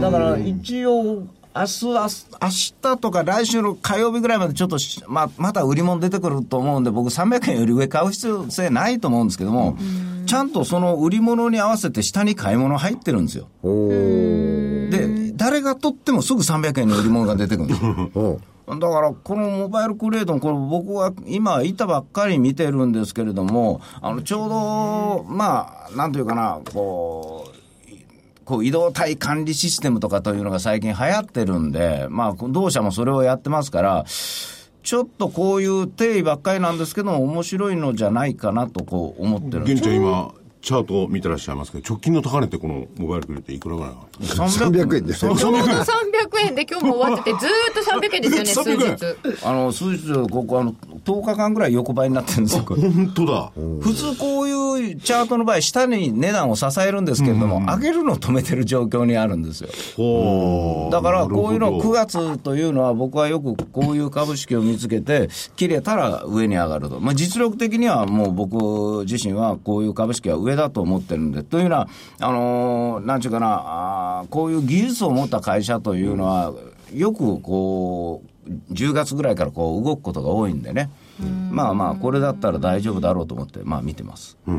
だから一応明日、明日、明日とか来週の火曜日ぐらいまでちょっとしま、また売り物出てくると思うんで、僕300円より上買う必要性ないと思うんですけども、ちゃんとその売り物に合わせて下に買い物入ってるんですよ。で、誰が取ってもすぐ300円の売り物が出てくるんですよ。だから、このモバイルクレードの、これ僕は今、いたばっかり見てるんですけれども、あの、ちょうど、まあ、なんというかな、こう、こう移動体管理システムとかというのが最近流行ってるんで、まあ、同社もそれをやってますから、ちょっとこういう定位ばっかりなんですけども、面白いのじゃないかなとこう思ってるんで現ちゃん今、チャートを見てらっしゃいますけど、直近の高値ってこのモバイルクレートいくらぐらいなのす。 300円ですよちょうど300円で今日も終わってて [laughs] ずーっと300円ですよね300円数日あの、数日、ここ、あの、10日間ぐらい横ばいになってるんですよ。本当だ。普通こういうチャートの場合、下に値段を支えるんですけれども、上げるのを止めてる状況にあるんですよ。ほうだからこういうの、9なる月というのは、僕はよくこういう株式を見つけて、切れたら上に上がると、まあ、実力的にはもう僕自身はこういう株式は上だと思ってるんで、というのは、あのーなんちゅうかなあー、こういう技術を持った会社というのは、よくこう、10月ぐらいからこう動くことが多いんでね。まあまあ、これだったら大丈夫だろうと思って、まあ見てます。ほ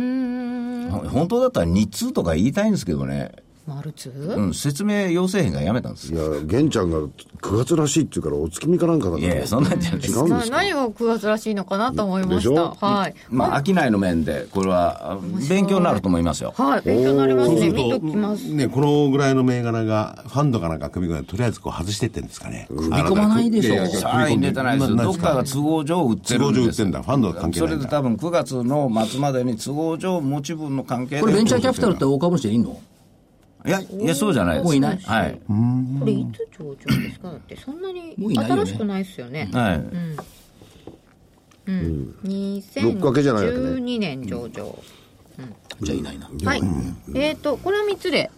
本当だったら日通とか言いたいんですけどね。丸ツうん、説明要請編がやめたんですいよ。や、玄ちゃんが9月らしいって言うから、お月見かなんかだかいら。やいや、そんなんじゃないです違うんですか何を9月らしいのかなと思いまでししょたはい、まあ、商いの面で、これはあ勉強になると思いますよ。はい、勉強になりますそうすねる見とときます、ね、このぐらいの銘柄が、ファンドかなんか組み込んで、とりあえずこう外してってんですかね。組み込まないでしょサイン出てないですよ。どっかが都合上売ってるん都合上売でってすんだファンドは関係ないんだそれで多分9月の末までに都合上持ち分の関係で。これベンチャーキャピタルって大株主でいいのいや、いや、そうじゃないです。もういないはい。これいつ上場ですかだってそんなにもういないよね新しくないですよねはい。ロック開けじゃないわけね2012年上場じゃあいないな。はいえっとこれは3つで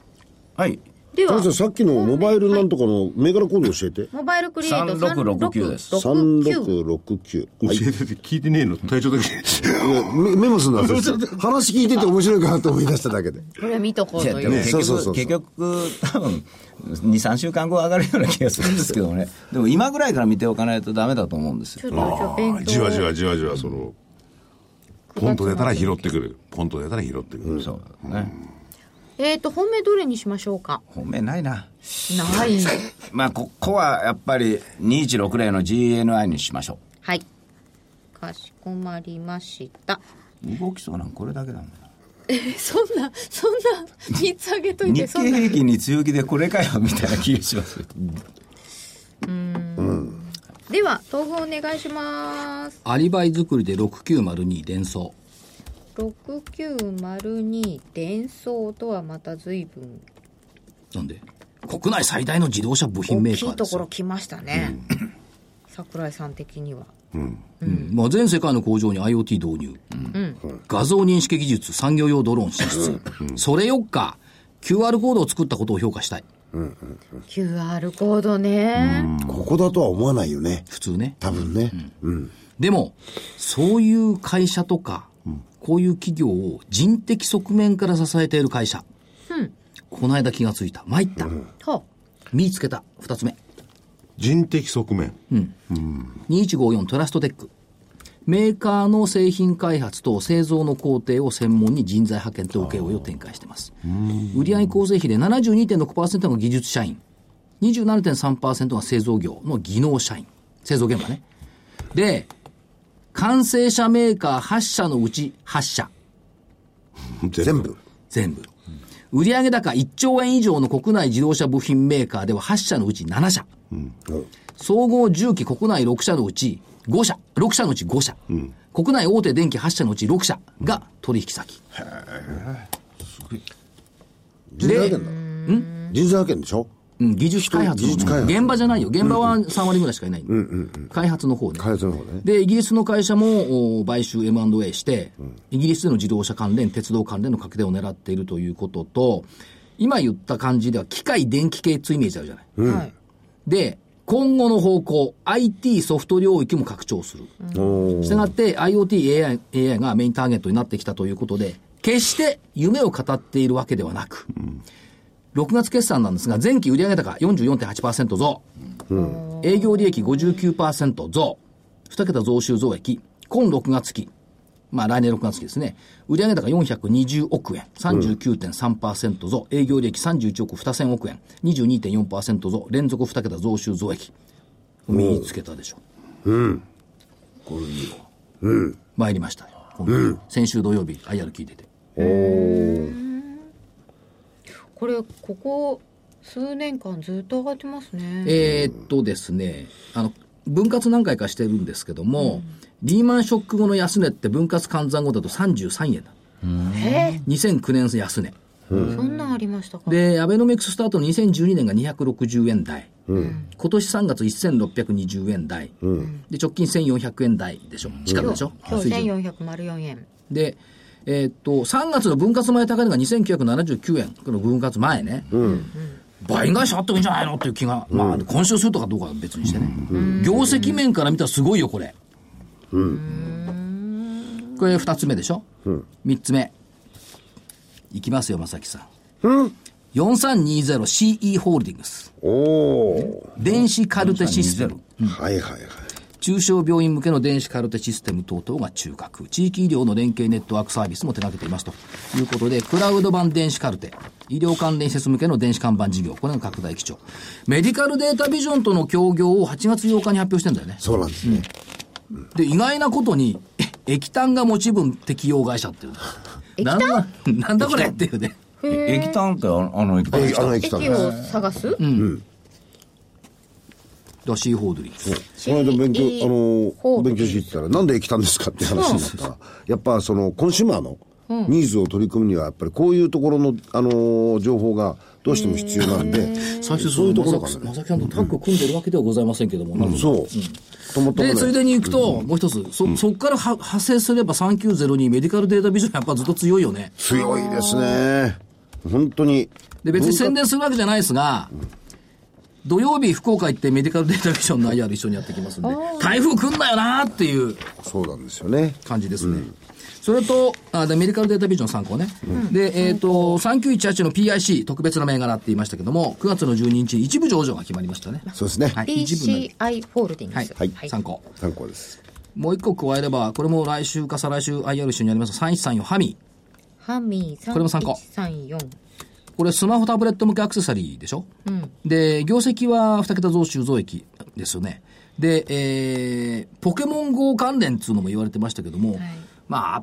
はい。で田は中さんさっきのモバイルなんとかの銘柄コード教えて。モバイルクリエイト3669です3669 3669。教はいえてて聞いてねえの、体調だけ。いやメメモするのは私話聞いてて面白いかなと思い出しただけで。これは見とこういやといでうもね結そうそうそうそ局、う結局、多分2、3週間後上がるような気がするんですけどね。 [laughs] でも今ぐらいから見ておかないとダメだと思うんですよちょっとじゃあ勉強じわじわじわじわ、その、ポンと出たら拾ってくる。ポンと出たら拾ってくる。そうだね。えっと本命どれにしましょうか本命ないな。ないまあ、ここはやっぱり2160の GNI にしましょはいかしこまりましたう。動きそうなんこれだけだもんな。そんなそんな3つあげといて日そ経んな平均に強気でこれかよみたいな気がします。では豆腐お願いしますアリバイ作りで6902連想。 6902伝送とはまた随分なんで国内最大の自動車部品メ大ーきカーいでとすころよ。来ましたね、桜井さん的にはうんまあ、全世界の工場に IoT 導入、画像認識技術、産業用ドローン進出。それよっか、QR コードを作ったことを評価したい。 QR コードね、ここだとは思わないよね。普通ね。多分ね。でも、そういう会社とか、こういう企業を人的側面から支えている会社。この間気がついた。参った。見つけた。二つ目。人的側面。 2154トラストテック。メーカーの製品開発と製造の工程を専門に人材派遣と請負を展開しています。売上構成比で72.6%が技術社員、27.3%が製造業の技能社員、製造現場ね。で、完成車メーカー8社のうち8社、全部。全部。売上高1兆円以上の国内自動車部品メーカーでは8社のうち7社。総合重機国内6社のうち5社、6社のうち5社。国内大手電機8社のうち6社が取引先。人材派遣だ。ん人材派遣でしょうん、技術開発の技術開発現場じゃないよ。現場は3割ぐらいしかいない。開発の方ね。開発の方ね。で、イギリスの会社もお買収 M&A して、イギリスでの自動車関連、鉄道関連の確定を狙っているということと、今言った感じでは機械電気系ってイメージあるじゃない。はいで、今後の方向、IT ソフト領域も拡張する。おしたーがって IoT、AI, AI がメインターゲットになってきたということで、決して夢を語っているわけではなく、6月決算なんですが、前期売上高44.8%増、営業利益59%増、2桁増収増益、今6月期、まあ来年6月期ですね、売上高420億円、39.3%増、営業利益31億2000億円、22.4%増、連続2桁増収増益。身につけたでしょ。参りましたよ、今度先週土曜日 IR 聞いててこれここ数年間ずっと上がってますねえーっとですねあの分割何回かしてるんですけども、リーマンショック後の安値って分割換算後だと33円だえ2009年安値そんなんありましたかでアベノミクススタートの2012年が260円台、今年3月1620円台、で直近1400円台でしょ近くでしょ、今日水準1404円で、えーっと、3月の分割前高値が2979円、この分割前ね。倍返しあってもいいんじゃないのっていう気が、まあ、今週するとかどうかは別にしてね。業績面から見たらすごいよ、これ。これ二つ目でしょ三、つ目。いきますよ、正木さん。4320CE ホールディングス。おー電子カルテシステム。はいはいはい。中小病院向けの電子カルテシステム等々が中核、地域医療の連携ネットワークサービスも手掛けていますということで、クラウド版電子カルテ、医療関連施設向けの電子看板事業、これが拡大基調。メディカルデータビジョンとの協業を8月8日に発表してんだよね。そうなんですね。で、意外なことに、え液炭が持ち分適用会社っていうの。なんだ、なんだこれっていうね。え液炭ってあのあの液炭え、あの、駅来た駅ね。を探す、だシーホールディングス。この間勉強、あホーの、ルディ勉ングス強していったら、なんで来たんですかって話になったら、やっぱその、コンシューマーのニーズを取り組むには、やっぱりこういうところの、あのー、情報がどうしても必要なんで、最初そういうところかまさなま。さきさんとタッグ組んでるわけではございませんけども、なんかそう。ともともねで、ついでに行くと、もう一つ、そ、そっからは派生すれば3902メディカルデータビジョンやっぱずっと強いよね。強いですね。本当に。で、別に宣伝するわけじゃないですが、土曜日福岡行ってメディカルデータビジョンの IR 一緒にやってきますんで、台風来んなよなーっていうそうなんですよね。感じですね。それと、あでメディカルデータビジョン参考ね。で、えっ、と、3918の PIC、特別な銘柄って言いましたけども、9月の12日、一部上場が決まりましたね。そうですね。はい、一部に PCI ホールディングはいス、、参考。参考です。もう一個加えれば、これも来週か再来週 IR 一緒にやります3134ハミー。ハミーこれも参考3134これスマホタブレット向けアクセサリーでしょ、で、業績は2桁増収増益ですよね。で、えー、ポケモン GO 関連っていうのも言われてましたけども、まあ、アッ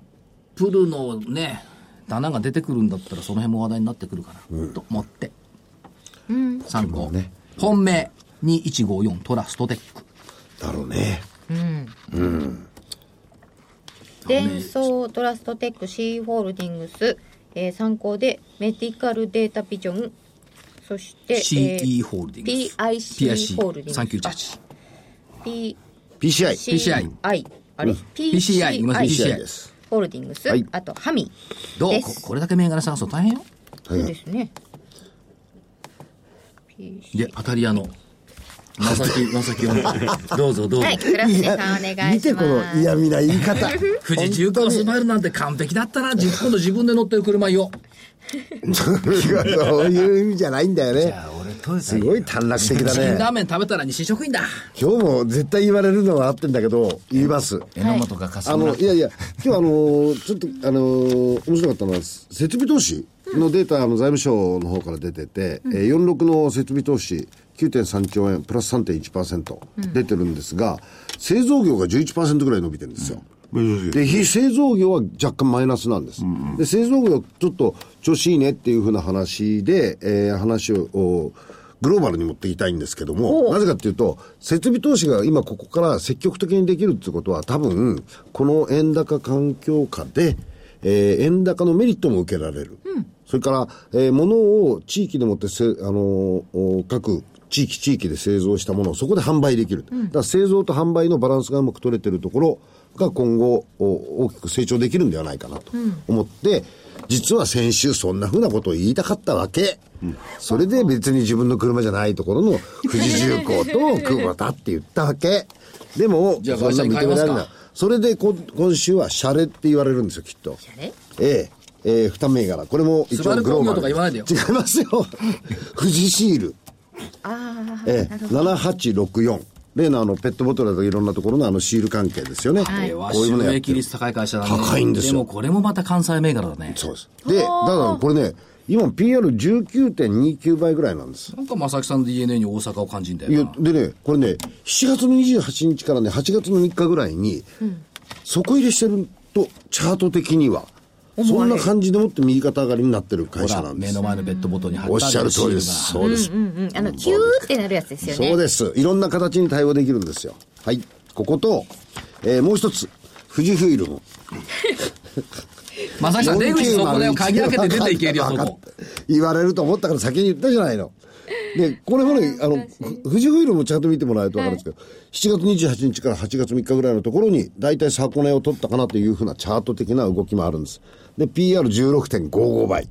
プルのね、棚が出てくるんだったらその辺も話題になってくるかな、と思って。参考。本命2154トラストテック。だろうね。デンソートラストテック C ホールディングス、えー参考でメディカルデータビジョンそして、え CE ーホールディングス。 PIC ホールディングス PIC3918。 PCI PCI。 PCI あれ PCI ごめんなさい PCI PCI でですす。ホールディングス、はいあとハミどうでこすこれだけ銘柄探すの大変よ。はいはいですねで、当たり屋の。まさき、まさきをねどうぞどうぞ。はい倉瀬さんお願いしま [laughs] す見てこの嫌味な言い方。 [laughs] 富士重工スマイルなんて完璧だったな。自分今度自分で乗ってる車よ。そういう意味じゃないんだよね。俺トイレすごい短絡 [laughs] 的だチキンラーね。メン食べたら日清食品だ。今日も絶対言われるのは合ってんだけど、言います。榎本が霞あの、いやいや、今日あのーちょっと、あのー面白かったのは、設備投資のデータ、あの、財務省の方から出てて、えー46の設備投資、9.3兆円、プラス3.1%出てるんですが、製造業が11%ぐらい伸びてるんですよ。で、非製造業は若干マイナスなんです。で、製造業ちょっと調子いいねっていうふうな話で、えー話を、おグローバルに持っていきたいんですけども、なぜかっていうと、設備投資が今ここから積極的にできるってことは、多分、この円高環境下で、えー円高のメリットも受けられる。それから、えー物を地域でもってせ、あのーお各地域地域で製造したものをそこで販売できる。だから製造と販売のバランスがうまく取れてるところが今後お大きく成長できるんではないかなと思って、実は先週そんなふうなことを言いたかったわけ。それで別に自分の車じゃないところの富士重工と久保田って言ったわけ。でも、じゃあそんな認められ会社に変えまなすいか。それでこ今週はシャレって言われるんですよ、きっと。ええ。ええ二銘柄。これも一スバ応ルグローバ工業とル。か言わないでよ違いますよ。 [laughs] 富士シール。ええ、7864。例のあのペットボトルだとかいろんなところのあのシール関係ですよね。これはこういう収ものやっ益てる率高い会社だね。高いんですよでもこれもまた関西銘柄だね。そうです。で、だからこれね、今 PR19.29 倍ぐらいなんです。なんか正木さんの DNA に大阪を感じんだいよやな。、でね、これね、7月の28日からね、8月の3日ぐらいに、底入れしてると、チャート的には、そんな感じでもって右肩上がりになってる会ほ社ら、なんで目すの。前のペットボトルに貼おっってしあゃるるシ通ーりルでが。す。そうです。うん、あの、キューってなるやつですよね。そうです。いろんな形に対応できるんですよ。はい。ここと、えーもう一つ、富士フイルム。正木さん、出口そこだよ。鍵開けて出てい [laughs] けるよ、そこ。言われると思ったから先に言ったじゃないの。で、これもね、あの、ふ富士フイルもちゃんと見てもらえると分かるんですけど、7月28日から8月3日ぐらいのところに、大体箱根を取ったかなというふうなチャート的な動きもあるんです。で、PR16.55 倍。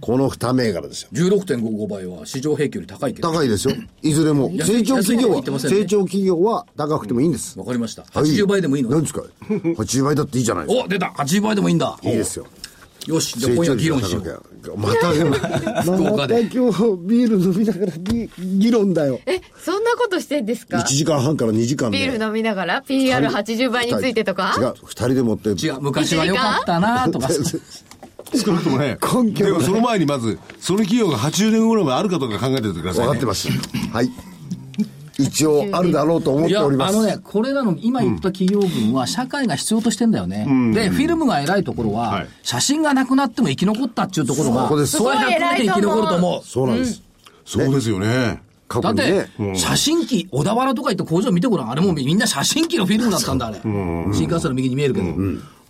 この2銘柄ですよ。 16.55倍は市場平均より高いけど。高いですよ。いずれも。安い成長企安いとは業言は、ってませんね成長企業は高くてもいいんです。わかりました。はい80倍でもいいの、何ですか ?80 倍だっていいじゃないですか。お、出た !80 倍でもいいんだ。いいですよ。よし、じゃあ今夜議論しよ成う。長率が高きゃまた、で [laughs] も福ま岡たで今日ビール飲みながらぎ議論だよ。え、そんなことしてんです1か時間半から2時間で。ビール飲みながら PR80 倍についてと違かう、2人で持って。違う、昔は良かったなとか。 [laughs] 少なくともね根拠がでもその前にまずその企業が80年ぐらいまであるかどうか考えておいてください、分ね、かってます。はい。一応あるだろうと思っいてや、あおります。のね、これらの今言った企業群は社会が必要としてんだよね。で、フィルムが偉いところは、はい写真がなくなっても生き残ったっていうところが、そうですれは100年生き残ると思う。そうなんです。そうですよね過だ去っにねて。、写真機、小田原とか行って工場見てごらん。あれもうみんな写真機のフィルムだったんだ、あれ。新幹線の右に見えるけど。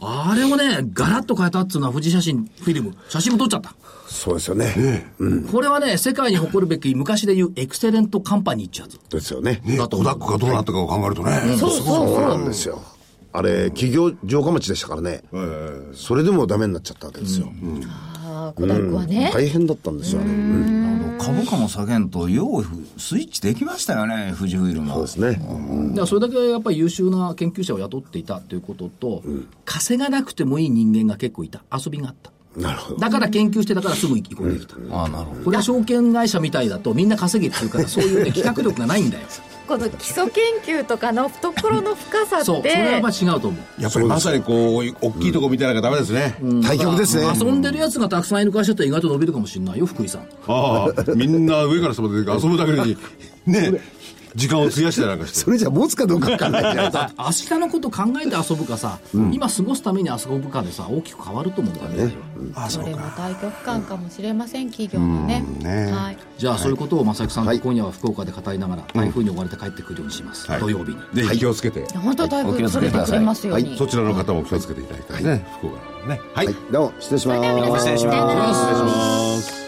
あれをね、ガラッと変えたっつうのは富士写真、フィルム。写真も撮っちゃった。そうですよね。これはね、世界に誇るべき昔で言うエクセレントカンパニーってやつ。ですよね。ね小田っ子がどうなったかを考えるとね、そうそうなんですよ。あれ、企業城下町でしたからね。それでもダメになっちゃったわけですよ。あコダックはね。大変だったんですよ。あれうん株価も下げんとようスイッチできましたよね富士フイルムはそうですね。だからそれだけやっぱり優秀な研究者を雇っていたということと、稼がなくてもいい人間が結構いた。遊びがあった。なるほど。だから研究して、だからすぐ移行できた。ああなるほどこれは証券会社みたいだとみんな稼げっていうから、そういうね、企画力がないんだよ。この基礎研究とかの懐の深 [laughs] さそう、っそれはやてっぱ、違うと思う。やっぱりまさにこう大きいとこ見てなきゃダメですね、対局ですね。遊んでるやつがたくさんいる会社って意外と伸びるかもしれないよ福井さ [laughs] んああみんな上から下まで遊ぶだけに [laughs] ね時間を費やしたりなんかしてそれじゃ持つかどうかわかんないじゃないですか。明日のこと考えて遊ぶかさ、今過ごすために遊ぶかでさ大きく変わると思うんだよねああそこうれもか大局観かもしれません、企業のね。はい。じゃあそういうことを正木さんはとい今夜は福岡で語りながら台風に追われて帰ってくるようにします、はい土曜日にぜひ気をつけて、本当台お気風をつけ取れくだてさいくれますようはに。そちらの方も [laughs] 気をつけていただきたいね、福岡のねはいどうも、失礼します。失礼しますさよなら失礼します失礼します